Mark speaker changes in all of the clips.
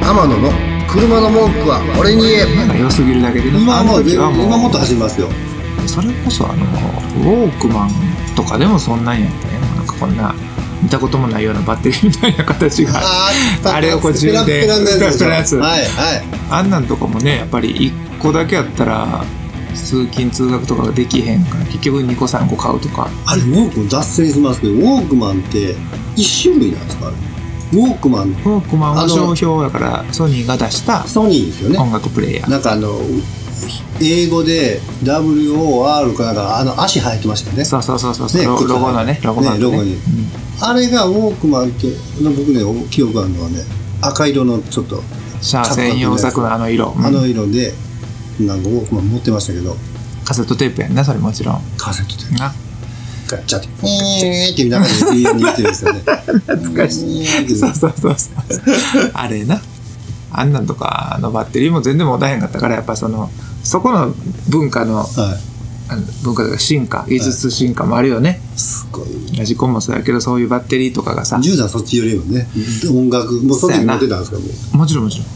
Speaker 1: 天野の車の文句は俺に言え
Speaker 2: なんか良すぎるだけで
Speaker 3: 今はも
Speaker 2: あ
Speaker 3: う
Speaker 2: の時は
Speaker 3: 今もっと走りますよ
Speaker 2: それこそあのウォークマンとかでもそんなんやったよなんかこんな見たこともないようなバッテリーみたいな形が
Speaker 3: あー
Speaker 2: あれをこう
Speaker 3: ペラペラのやつ
Speaker 2: 充電ペラペラのやつ
Speaker 3: はいはい
Speaker 2: あんなんとかもねやっぱり1個だけやったら通勤通学とかができへんから結局2個3個買うとか
Speaker 3: あれウォークマン脱線しますけどウォークマンって一種類なんですかあれウォークマン
Speaker 2: ウォークマン
Speaker 3: あ
Speaker 2: は
Speaker 3: の
Speaker 2: 商標やからソニーが出した
Speaker 3: ソニーですよね
Speaker 2: 音楽プレイヤー
Speaker 3: なんかあの英語で WOR かなんかあの足生えてましたよね
Speaker 2: そうそうそうそう、
Speaker 3: ね
Speaker 2: ロ
Speaker 3: 靴
Speaker 2: ロゴのねロゴのね
Speaker 3: ねロゴに
Speaker 2: うん
Speaker 3: あれがウォークマンって僕ね記憶あるのはね赤色のちょっと
Speaker 2: シャア専用作のあの色、うん
Speaker 3: あの色で、なんかウォークマン持ってましたけど
Speaker 2: カセットテープやんなそれもちろん
Speaker 3: カセットで
Speaker 2: な
Speaker 3: ガッチャって「えー」って 中で家に行ってるんですよね懐
Speaker 2: かし そうそうそうそうあれなあんなんとかのバッテリーも全然持たへんかったからやっぱそのそこの文化の
Speaker 3: は
Speaker 2: あの文化というか進化技術進化もあるよね、
Speaker 3: いすごい
Speaker 2: ラジコンもそうやけどそういうバッテリーとかがさ
Speaker 3: 10段そっちよりもね音楽もうその時持ってたんですかもう
Speaker 2: もちろんもちろん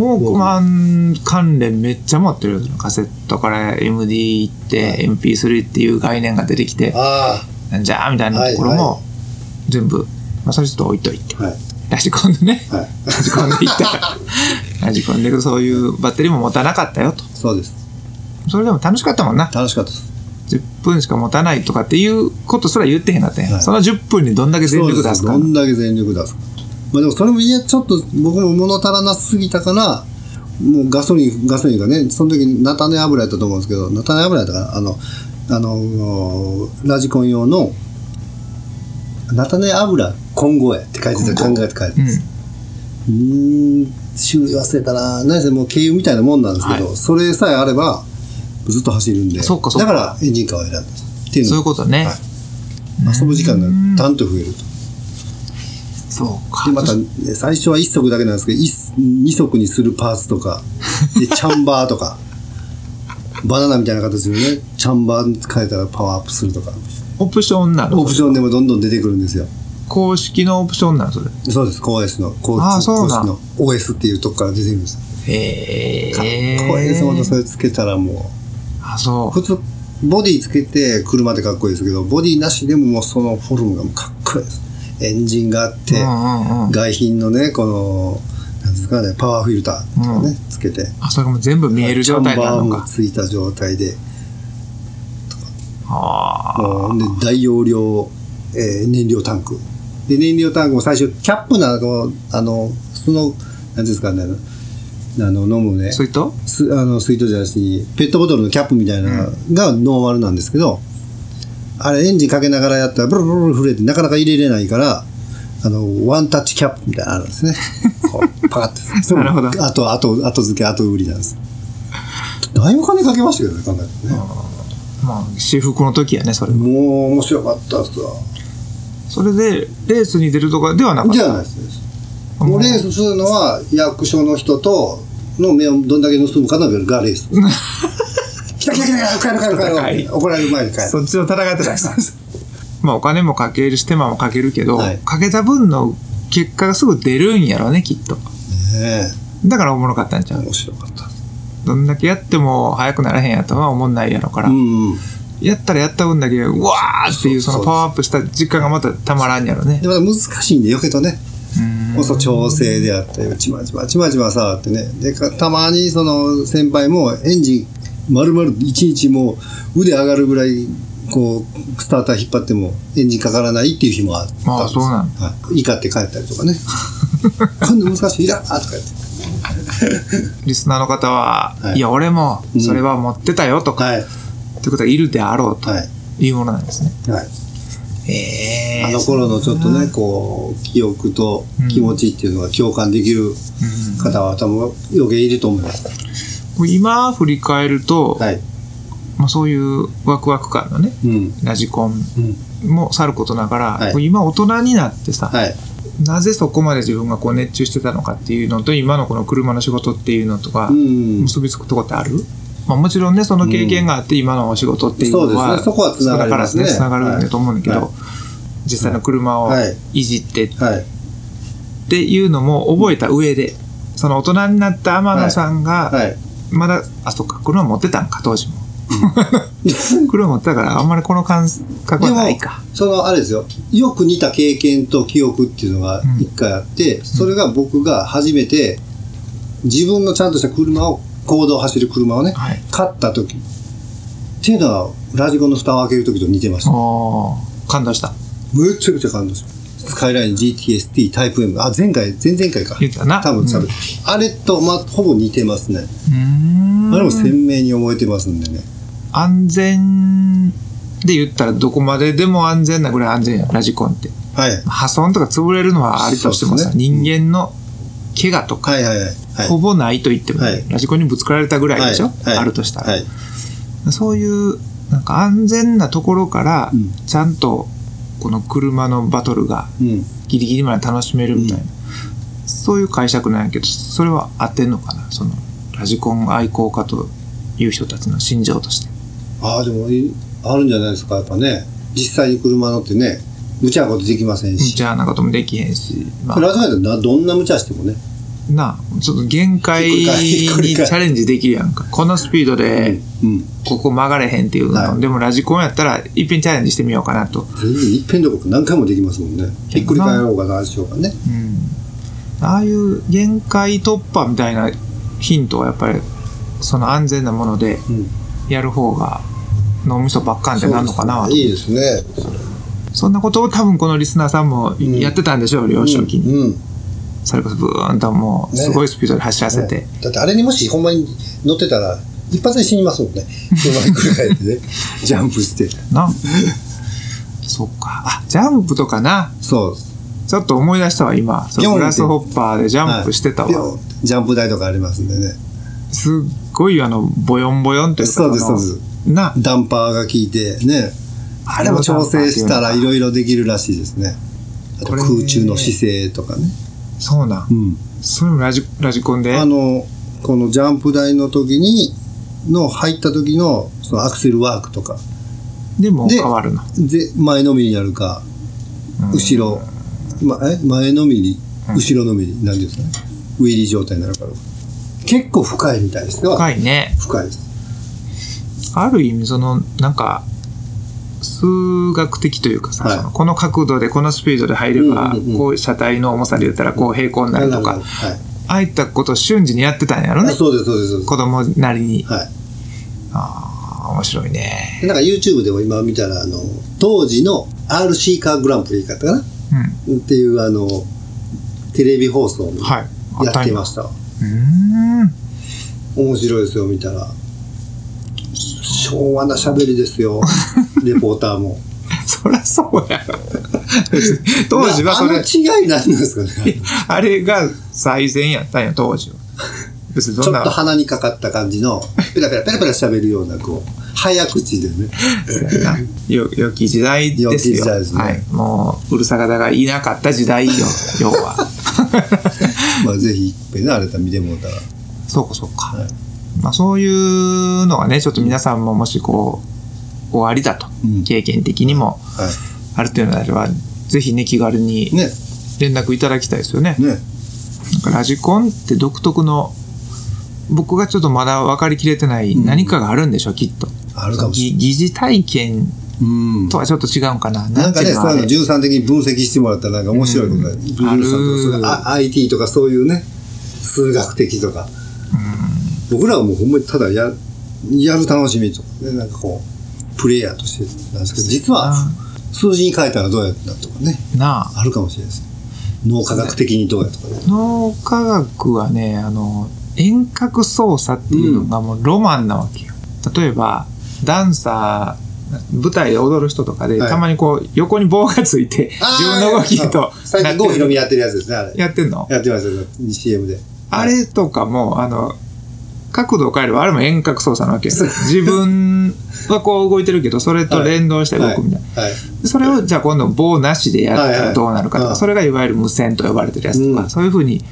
Speaker 2: モークマン関連めっちゃ持ってるよカセットから MD 行って MP3 っていう概念が出てきて
Speaker 3: あ
Speaker 2: なんじゃーみたいなところ
Speaker 3: はい
Speaker 2: も全部、まあ、それちょっと置いといて
Speaker 3: あはい
Speaker 2: ラジコンでね
Speaker 3: はい
Speaker 2: ラジコンで行っ たらラジコンでそういうバッテリーも持たなかったよと
Speaker 3: そうです
Speaker 2: それでも楽しかったもんな
Speaker 3: 楽しかったです
Speaker 2: 10分しか持たないとかっていうことすら言ってへんかったやん、
Speaker 3: はい
Speaker 2: その10分にどんだけ全力出す
Speaker 3: そう
Speaker 2: か
Speaker 3: ですどんだけ全力出すかまあでもそれもいやちょっと僕も物足らなすぎたからもうガソリンガソリンがねその時菜種油やったと思うんですけど菜種油やったからあのあのラジコン用の菜種油混合やって書いてた考えて書いてた
Speaker 2: うん
Speaker 3: です、うーん種類忘れたな何せもう軽油みたいなもんなんですけど、
Speaker 2: は
Speaker 3: それさえあればずっと走るんで
Speaker 2: そうかそうか
Speaker 3: だからエンジンカーを選んだってい
Speaker 2: ん、
Speaker 3: う
Speaker 2: そう
Speaker 3: の
Speaker 2: いうことね、
Speaker 3: はい遊ぶ時間がダンと増えると。
Speaker 2: そうか
Speaker 3: でまたね最初は1足だけなんですけど2足にするパーツとかでチャンバーとか バナナみたいな形でねチャンバーに変えたらパワーアップするとか
Speaker 2: オプションなの
Speaker 3: オプションでもどんどん出てくるんですよ
Speaker 2: 公式のオプションなのそれ
Speaker 3: そうです OS の公
Speaker 2: あーそ
Speaker 3: 公
Speaker 2: うな
Speaker 3: 式
Speaker 2: ん
Speaker 3: の OS っていうとこから出てくるんです
Speaker 2: へえ
Speaker 3: かっこいいですまたそれつけたらも
Speaker 2: あ
Speaker 3: う
Speaker 2: そう
Speaker 3: 普通ボディつけて車ってかっこいいですけどボディなしでももうそのフォルムがもうかっこいいですエンジンがあって、
Speaker 2: うんうんうん
Speaker 3: 外品のねこのなんですかねパワーフィルターとかね、つけて
Speaker 2: あそれがもう全部見える状態になる
Speaker 3: チ
Speaker 2: の
Speaker 3: ャンバーも
Speaker 2: か
Speaker 3: ついた状態で
Speaker 2: ああ
Speaker 3: もうで大容量、えー燃料タンクで燃料タンクも最初キャップなあのあのその何ですかねあの飲むね
Speaker 2: それと
Speaker 3: すあの水筒じゃなしにペットボトルのキャップみたいなのがノーマルなんですけど、あれエンジンかけながらやったらブルブルブル震えてなかなか入れれないからあのワンタッチキャップみたいなのあるんです ねこうパカッ て
Speaker 2: なるほど
Speaker 3: あとあと後付け後売りなんですだいぶ金かけましたけどね考えてね
Speaker 2: まあ私服の時やねそれ
Speaker 3: もう面白かったっすわ
Speaker 2: それでレースに出るとかではなかっ
Speaker 3: じ
Speaker 2: た
Speaker 3: ゃないですねもうレースするのは役所の人との目をどんだけ盗むかのがレー ス来た来た来た帰ろう帰ろう
Speaker 2: 高
Speaker 3: 帰
Speaker 2: い
Speaker 3: ろう怒られる前に帰る
Speaker 2: そっちの戦いってない まあお金もかけるし手間もかけるけど、
Speaker 3: はい
Speaker 2: かけた分の結果がすぐ出るんやろねきっと
Speaker 3: ね
Speaker 2: だからおもろかったんちゃ
Speaker 3: え
Speaker 2: う
Speaker 3: 面白かった
Speaker 2: どんだけやっても早くならへんやったらおもんないやろから、
Speaker 3: うんうん
Speaker 2: やったらやった分だけうわーっていうそ
Speaker 3: そう
Speaker 2: のパワーアップした実感がまたたまらんやろね
Speaker 3: でまた難しいんでよけとね
Speaker 2: うん
Speaker 3: こそ調整であったりちまちまちまちまさあってねでかたまにその先輩もエンジン丸々一日もう腕上がるぐらいこうスターター引っ張ってもエンジンかからないっていう日もあったんです
Speaker 2: ああそうなん
Speaker 3: はい、怒って帰ったりとか ねこんな難しいいらんとか言って
Speaker 2: リスナーの方は、
Speaker 3: はい
Speaker 2: い、や俺もそれは持ってたよとか、
Speaker 3: はい
Speaker 2: ってことはいるであろうと
Speaker 3: はい
Speaker 2: いうものなんですね、
Speaker 3: はい
Speaker 2: ええ
Speaker 3: あの頃のちょっとね、こう、記憶と気持ちっていうのが共感できる方は多分余計いると思います。
Speaker 2: 今振り返ると、
Speaker 3: はい。
Speaker 2: まあ、そういうワクワク感のね
Speaker 3: うん。
Speaker 2: ラジコン
Speaker 3: うん。
Speaker 2: もさることながら、
Speaker 3: はい
Speaker 2: これ今大人になってさ、
Speaker 3: はい。
Speaker 2: なぜそこまで自分がこう熱中してたのかっていうのと今のこの車の仕事っていうのとか
Speaker 3: うん。
Speaker 2: 結びつくとこってある、まあ、もちろんねその経験があって今のお仕事っていうの
Speaker 3: そうで
Speaker 2: は
Speaker 3: すねそこは繋がりますね
Speaker 2: 少なからずねつながるんだと思うんだけど、
Speaker 3: はい
Speaker 2: 実際の車を
Speaker 3: はい
Speaker 2: いじってっ
Speaker 3: はい。
Speaker 2: ていうのも覚えた上で、その大人になった天野さんが、
Speaker 3: はい。
Speaker 2: まだ、あ、そっか、車持ってたんか、当時も。車持ってたから、あんまりこの感覚はないか。
Speaker 3: そのあれですよよく似た経験と記憶っていうのが
Speaker 2: ん
Speaker 3: 一回あって、それが僕が初めて自分のちゃんとした車を行動走る車をね、
Speaker 2: はい
Speaker 3: 買った時っていうのはラジコンの蓋を開ける時と似てました
Speaker 2: おー感動した。
Speaker 3: むちゃくちゃ感動しましたスカイライン GTST タイプ M あ前回前々回か
Speaker 2: 言ったな
Speaker 3: 多分喋る、あれと、まあ、ほぼ似てますね
Speaker 2: うーん。
Speaker 3: あれも鮮明に覚えてますんでね
Speaker 2: 安全で言ったらどこまででも安全なぐらい安全やんラジコンって
Speaker 3: はい
Speaker 2: 破損とか潰れるのはありとしても
Speaker 3: そ
Speaker 2: さ、
Speaker 3: うです
Speaker 2: 人間の怪我とか、
Speaker 3: はいはいはいはい
Speaker 2: ほぼないと言っても、
Speaker 3: はい
Speaker 2: ラジコンにぶつかられたぐらいでしょ、
Speaker 3: はいはい
Speaker 2: あるとしたら、
Speaker 3: はい
Speaker 2: そういうなんか安全なところから
Speaker 3: うん
Speaker 2: ちゃんとこの車のバトルが
Speaker 3: うん
Speaker 2: ギリギリまで楽しめるみたいな、そういう解釈なんやけどそれは合ってんのかなそのラジコン愛好家という人たちの心情として
Speaker 3: ああ、でもい、あるんじゃないですか、やっぱね。実際に車乗ってね、無茶なことできません
Speaker 2: 無
Speaker 3: し。
Speaker 2: 茶なこともできへんし、まあ
Speaker 3: ラジカルってどんな無茶してもね。
Speaker 2: なあちょっと限界に
Speaker 3: ひっ
Speaker 2: チ
Speaker 3: くり返りひっくり返り
Speaker 2: ャレンジできるやんかこのスピードで
Speaker 3: うん。
Speaker 2: ここ曲がれへんっていうの、
Speaker 3: はい
Speaker 2: でもラジコンやったらいっぺんチャレンジしてみようかなと、
Speaker 3: 全然一遍どころか何回もできますもんね。ひっくり返ろうかな、しようかね。
Speaker 2: うん、ああいう限界突破みたいなヒントはやっぱりその安全なもので
Speaker 3: うん。
Speaker 2: やる方が脳みそばっかんってなるのかな
Speaker 3: そう
Speaker 2: そ,、
Speaker 3: ですねいいですね。
Speaker 2: んなことを多分このリスナーさんも
Speaker 3: ん
Speaker 2: やってたんでしょう、幼少期に、
Speaker 3: うん。うん
Speaker 2: それこそブーンともうすごいスピードで走らせて、
Speaker 3: ねだってあれにもしほんまに乗ってたら、一発で死にますもんね。車ひっくり返ってね。ジャンプして。
Speaker 2: なそっかあジャンプとかな
Speaker 3: そう。
Speaker 2: ちょっと思い出したわ今そ
Speaker 3: ピョンっ
Speaker 2: の
Speaker 3: て
Speaker 2: グラスホッパーでジャンプしてたわ、
Speaker 3: はいピョンってジャンプ台とかありますんでね。
Speaker 2: すっごいあのボヨンボヨンって
Speaker 3: そうです
Speaker 2: あの
Speaker 3: そうで
Speaker 2: な
Speaker 3: ダンパーが効いて、ね。あれも調整したらいろいろできるらしいですね。あと
Speaker 2: これね
Speaker 3: 空中の姿勢とかね。
Speaker 2: そうなん
Speaker 3: うん。
Speaker 2: それもラジラジコンで
Speaker 3: あの、このジャンプ台の時に、の入った時のそのアクセルワークとか、
Speaker 2: でも
Speaker 3: で
Speaker 2: 変わるの
Speaker 3: で前のめりになるか、
Speaker 2: うん
Speaker 3: 後ろ、ま、え前のめり、後ろのめり、なんていうんですかね。ウィリー状態になるから。結構深いみたいですね。
Speaker 2: 深いね
Speaker 3: 深いです。
Speaker 2: ある意味そのなんか数学的というかさ、
Speaker 3: はい
Speaker 2: そのこの角度でこのスピードで入れ
Speaker 3: う
Speaker 2: ば、
Speaker 3: んうんうん
Speaker 2: こう車体の重さで言ったらこう平行になると
Speaker 3: は
Speaker 2: か、
Speaker 3: い。
Speaker 2: ああいったことを瞬時にやってたんやろね
Speaker 3: あそうです、そうです、そうです。
Speaker 2: 子供なりに
Speaker 3: はい。
Speaker 2: ああ面白いね
Speaker 3: でなんか YouTube でも今見たら、あの、当時の RC カーグランプリかったかな
Speaker 2: うん
Speaker 3: っていう、あの、テレビ放送も
Speaker 2: はい
Speaker 3: やってま
Speaker 2: し
Speaker 3: した。
Speaker 2: たんやうーん
Speaker 3: 面白いですよ、見たら。昭和な喋りです よ、レポーターも。
Speaker 2: そりゃそう やろ当時はそ
Speaker 3: あの
Speaker 2: れ
Speaker 3: 違いなんですかね。
Speaker 2: あれが最善やったんや当時は別に
Speaker 3: ち
Speaker 2: ど
Speaker 3: ょ
Speaker 2: ん
Speaker 3: っと
Speaker 2: な
Speaker 3: 鼻にかかった感じの、ペラペラペラペラ喋るような、こう、早口でね。
Speaker 2: そうやなよ良き時代ですよ。
Speaker 3: 良き時代ですね
Speaker 2: はい。もう、うるさ方がいなかった時 代よ、要は。
Speaker 3: まあ、ぜひ、一遍ね、あれだ、見てもらったら。
Speaker 2: そうか、そうか。
Speaker 3: はい
Speaker 2: まあ、そういうのがね、ちょっと皆さんももしこう、終わりだと、
Speaker 3: うん
Speaker 2: 経験的にも
Speaker 3: は
Speaker 2: あるというのであれば、ぜひね、気軽
Speaker 3: い。
Speaker 2: に
Speaker 3: ね、
Speaker 2: 連絡いただきたいですよね。
Speaker 3: ね。
Speaker 2: なんかラジコンって独特の、僕がちょっとまだ分かりきれてない何かがあるんでしょ、きっと。
Speaker 3: あるかもしれない。
Speaker 2: ぎ疑似体験
Speaker 3: うん
Speaker 2: と。はちょっと違うんかな。
Speaker 3: なんかね、
Speaker 2: てい
Speaker 3: そう
Speaker 2: のあ
Speaker 3: いう
Speaker 2: れ
Speaker 3: の13的に分析してもらったらなんか面白いことが、ブルーさんとかそういうあ IT とかそういうね、数学的とか。僕らはもうほんまにただややる楽しみとかね、なんかこう、プレイヤーとしてなんですけど、実は数字に書いたらどうやったとかね、
Speaker 2: なあ。
Speaker 3: あるかもしれないです。脳科学的にどうやとかね。
Speaker 2: 脳科学はねあの遠隔操作っていうのがもうロマンなわけよ、例えばダンサー舞台で踊る人とかで、
Speaker 3: はい
Speaker 2: たまにこう横に棒がついて自分の動きと
Speaker 3: あー最近郷ひろみやってるやつですね、あれ。
Speaker 2: やってんの
Speaker 3: やってますよ、CM で。
Speaker 2: あれとかもあの角度を変えればあれも遠隔操作な わけよ自分はこう動いてるけどそれと連動して動くみたいな、
Speaker 3: はい。
Speaker 2: それをじゃあ今度棒なしでやったらどうなるかと
Speaker 3: はいは
Speaker 2: か、
Speaker 3: い
Speaker 2: それがいわゆる無線と呼ばれてるやつと
Speaker 3: う
Speaker 2: か、
Speaker 3: ん
Speaker 2: そういうふうに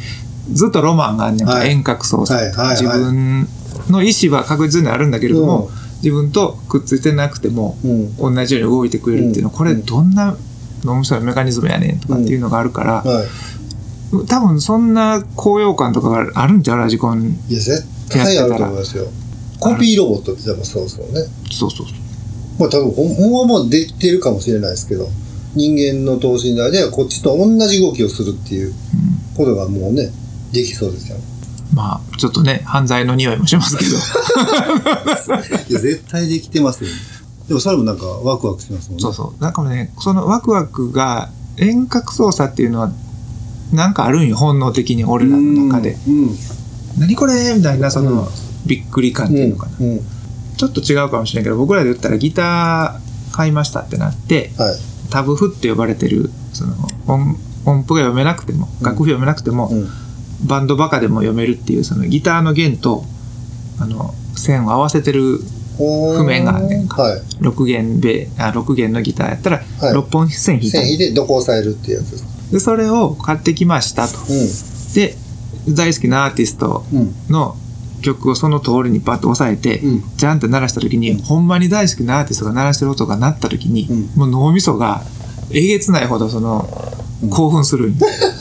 Speaker 2: ずっとロマンがあんねんか
Speaker 3: はい
Speaker 2: 遠隔操作
Speaker 3: はいはいはい
Speaker 2: 自分の意思は確実にあるんだけれども
Speaker 3: う、
Speaker 2: 自分とくっついてなくても
Speaker 3: うん
Speaker 2: 同じように動いてくれるっていうのは、これどんな脳みそのメカニズムやねんとかっていうのがあるから、
Speaker 3: はい。
Speaker 2: 多分そんな高揚感とかがあるんちゃうラジコン。
Speaker 3: いや、絶対あると思いますよ。コピーロボットってでもそうですよね。
Speaker 2: そうそうそう。
Speaker 3: まあ多分、ほんほんまはもうできてるかもしれないですけど、人間の等身大でこっちと同じ動きをするっていうことがもうね、できそうですよ。
Speaker 2: まあ、ちょっとね、犯罪の匂いもしますけど。
Speaker 3: いや、絶対できてますよ、でもそれもなんかワクワクしますもんね。
Speaker 2: そうそう。だからね、そのワクワクが、遠隔操作っていうのは、なんかあるんよ、本能的に俺らの中で。。
Speaker 3: うん。
Speaker 2: 何これみたいな、その、
Speaker 3: うん
Speaker 2: びっくり感っ
Speaker 3: う
Speaker 2: ていうんのかな。。
Speaker 3: うん。
Speaker 2: ちょっと違うかもしれないけど、僕らで言ったらギター買いましたってなって、
Speaker 3: はい。
Speaker 2: タブフって呼ばれてる、その、音音符が読めなくても、楽譜読めなくても、
Speaker 3: うん。
Speaker 2: バンドバカでも読めるっていう、そのギターの弦と、あの、線を合わせてる
Speaker 3: 譜
Speaker 2: 譜面があんねんか
Speaker 3: はい。
Speaker 2: 6弦べ、あ、6弦のギターやったら、
Speaker 3: はい
Speaker 2: 6本線弾いて、
Speaker 3: 繊維でどこ押さえるっていうやつです。
Speaker 2: で、それを買ってきましたと。で、大好きなアーティスト
Speaker 3: うん。うん。
Speaker 2: の曲をその通りにバッと押さえて、
Speaker 3: うん
Speaker 2: ジャンって鳴らした時に、ほんまに大好きなアーティストが鳴らしてる音が鳴った時に、
Speaker 3: うん
Speaker 2: もう脳みそがえげつないほどその、興奮するんよ
Speaker 3: そう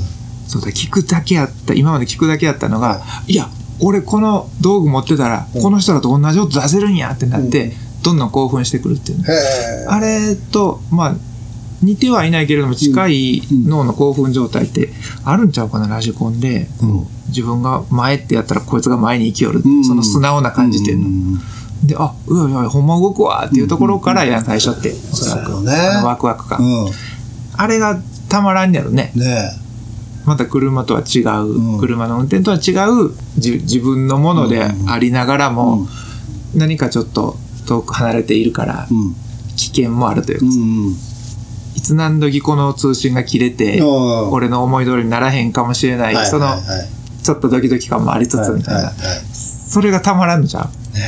Speaker 3: だ。
Speaker 2: そうだ、聞くだけやった、今まで聞くだけやったのが、いや、俺この道具持ってたら、
Speaker 3: うん
Speaker 2: この人らと同じ音出せるんやってなって、どんどん興奮してくるっていうね。
Speaker 3: へ
Speaker 2: あれと、まあ、似てはいないけれども、近い脳の興奮状態ってあるんちゃうかな、ラジコンで。
Speaker 3: え。うん。
Speaker 2: 自分が前ってやったら、こいつが前に生きよる
Speaker 3: う。ん
Speaker 2: その素直な感じっていうの。
Speaker 3: ん
Speaker 2: で、あ、うわうわ、ほんま動くわっていうところからやん、最初って。おそらく。
Speaker 3: そうだね
Speaker 2: あのワクワク感。
Speaker 3: うん。
Speaker 2: あれがたまらんやろね。
Speaker 3: ねえ。
Speaker 2: また車とは違
Speaker 3: う
Speaker 2: う、
Speaker 3: ん
Speaker 2: 車の運転とは違う、じ自分のものでありながらも、何かちょっと遠く離れているから
Speaker 3: う、ん。
Speaker 2: 危険もあるというか
Speaker 3: うん。
Speaker 2: いつ何時この通信が切れて、
Speaker 3: うん
Speaker 2: 俺の思い通りにならへんかもしれない、
Speaker 3: はい
Speaker 2: その
Speaker 3: はいはい
Speaker 2: ちょっとドキドキ感もありつつみたいな、
Speaker 3: はいはいはい
Speaker 2: それがたまらんのじゃん
Speaker 3: ね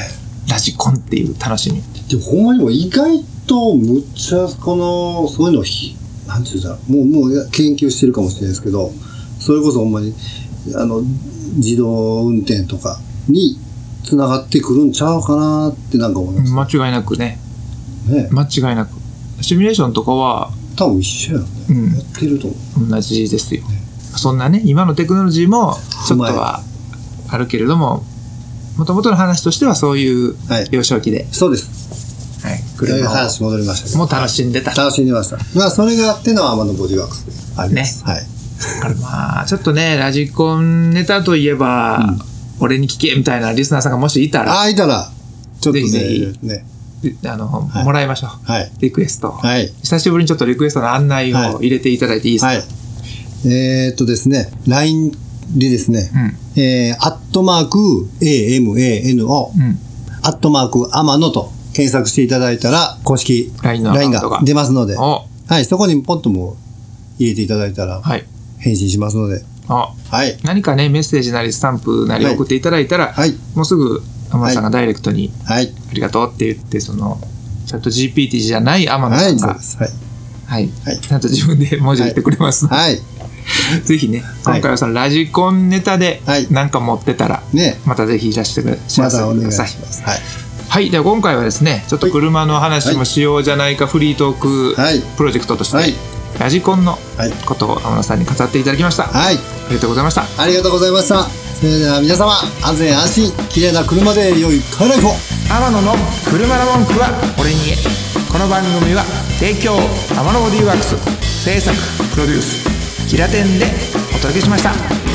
Speaker 2: ラジコンっていう楽しみ
Speaker 3: でもほんまにもう意外とむっちゃこのそういうのひなんていうんだろうもうもういや研究してるかもしれないですけどそれこそほんまにあの自動運転とかにつながってくるんちゃうかなってなんか思いま
Speaker 2: 間違いなくね
Speaker 3: すね。
Speaker 2: 間違いなくシミュレーションとかは
Speaker 3: 多分一緒やんね。
Speaker 2: うん
Speaker 3: やってると思う。
Speaker 2: 同じですよ、そんなね今のテクノロジーもちょっと
Speaker 3: う
Speaker 2: はあるけれどももともとの話としてはそういう
Speaker 3: はい
Speaker 2: 幼少期で、
Speaker 3: そうです。
Speaker 2: はい、
Speaker 3: いろいろ
Speaker 2: 車
Speaker 3: 話戻りましたけ
Speaker 2: をもう楽しんでた
Speaker 3: ど。楽しんでました。まあそれがあってのはアマのボディワークスであります。はい。
Speaker 2: だからまあ、ちょっとね、ラジコンネタといえば、俺に聞けみたいなリスナーさんがもしいたら、
Speaker 3: ああ、いたら、ちょっとね、
Speaker 2: ぜひぜ
Speaker 3: ね。
Speaker 2: あの、
Speaker 3: い
Speaker 2: もらいましょう。
Speaker 3: はい。
Speaker 2: リクエストを、
Speaker 3: はい。
Speaker 2: 久しぶりにちょっとリクエストの案内
Speaker 3: はい
Speaker 2: を入れていただいていいですか、
Speaker 3: はい。えー、っとですね、LINE でですね、えー、アットマーク AMANO、
Speaker 2: うん。
Speaker 3: アットマークアマノと検索していただいたら、公式
Speaker 2: LINE のアカウン
Speaker 3: LINE
Speaker 2: トが
Speaker 3: が出ますので、は
Speaker 2: お
Speaker 3: い、そこにポンとも入れていただいたら、
Speaker 2: はい。
Speaker 3: 返信しますので、
Speaker 2: お
Speaker 3: はい。
Speaker 2: 何かね、メッセージなりスタンプなり
Speaker 3: はい
Speaker 2: 送っていただいたら、
Speaker 3: はい。
Speaker 2: もうすぐ、天野さんがダイレクトに、
Speaker 3: はい。
Speaker 2: ありがとうって言って、その、チャット GPT じゃない天野
Speaker 3: は
Speaker 2: さん
Speaker 3: い、
Speaker 2: が、
Speaker 3: そう
Speaker 2: は
Speaker 3: で
Speaker 2: い、
Speaker 3: す。はい。はい
Speaker 2: ちゃんと自分で文字打ってくれます。
Speaker 3: はい。
Speaker 2: ぜひね、今回はそのラジコンネタで
Speaker 3: はい、
Speaker 2: なんか持ってたら、
Speaker 3: ね、
Speaker 2: またぜひいらしてくだ知
Speaker 3: ま
Speaker 2: らせて
Speaker 3: たお
Speaker 2: く
Speaker 3: 願
Speaker 2: だ
Speaker 3: いし
Speaker 2: さ
Speaker 3: ま
Speaker 2: い。
Speaker 3: す。はい。
Speaker 2: はい、では今回はですね、ちょっと車の話もしようじゃないか、フリートーク
Speaker 3: はい
Speaker 2: プロジェクトとして、
Speaker 3: はい
Speaker 2: ラジコンの
Speaker 3: はい
Speaker 2: ことを天野さんに語っていただきました。あ
Speaker 3: はい。
Speaker 2: りがとうございました。
Speaker 3: ありがとうございました。それでは皆様、安全安心、綺麗な車で良いカーライフを
Speaker 2: 天野の車の文句は俺に言え。この番組は提供天野ボディーワークス制作プロデュースキラテンでお届けしました。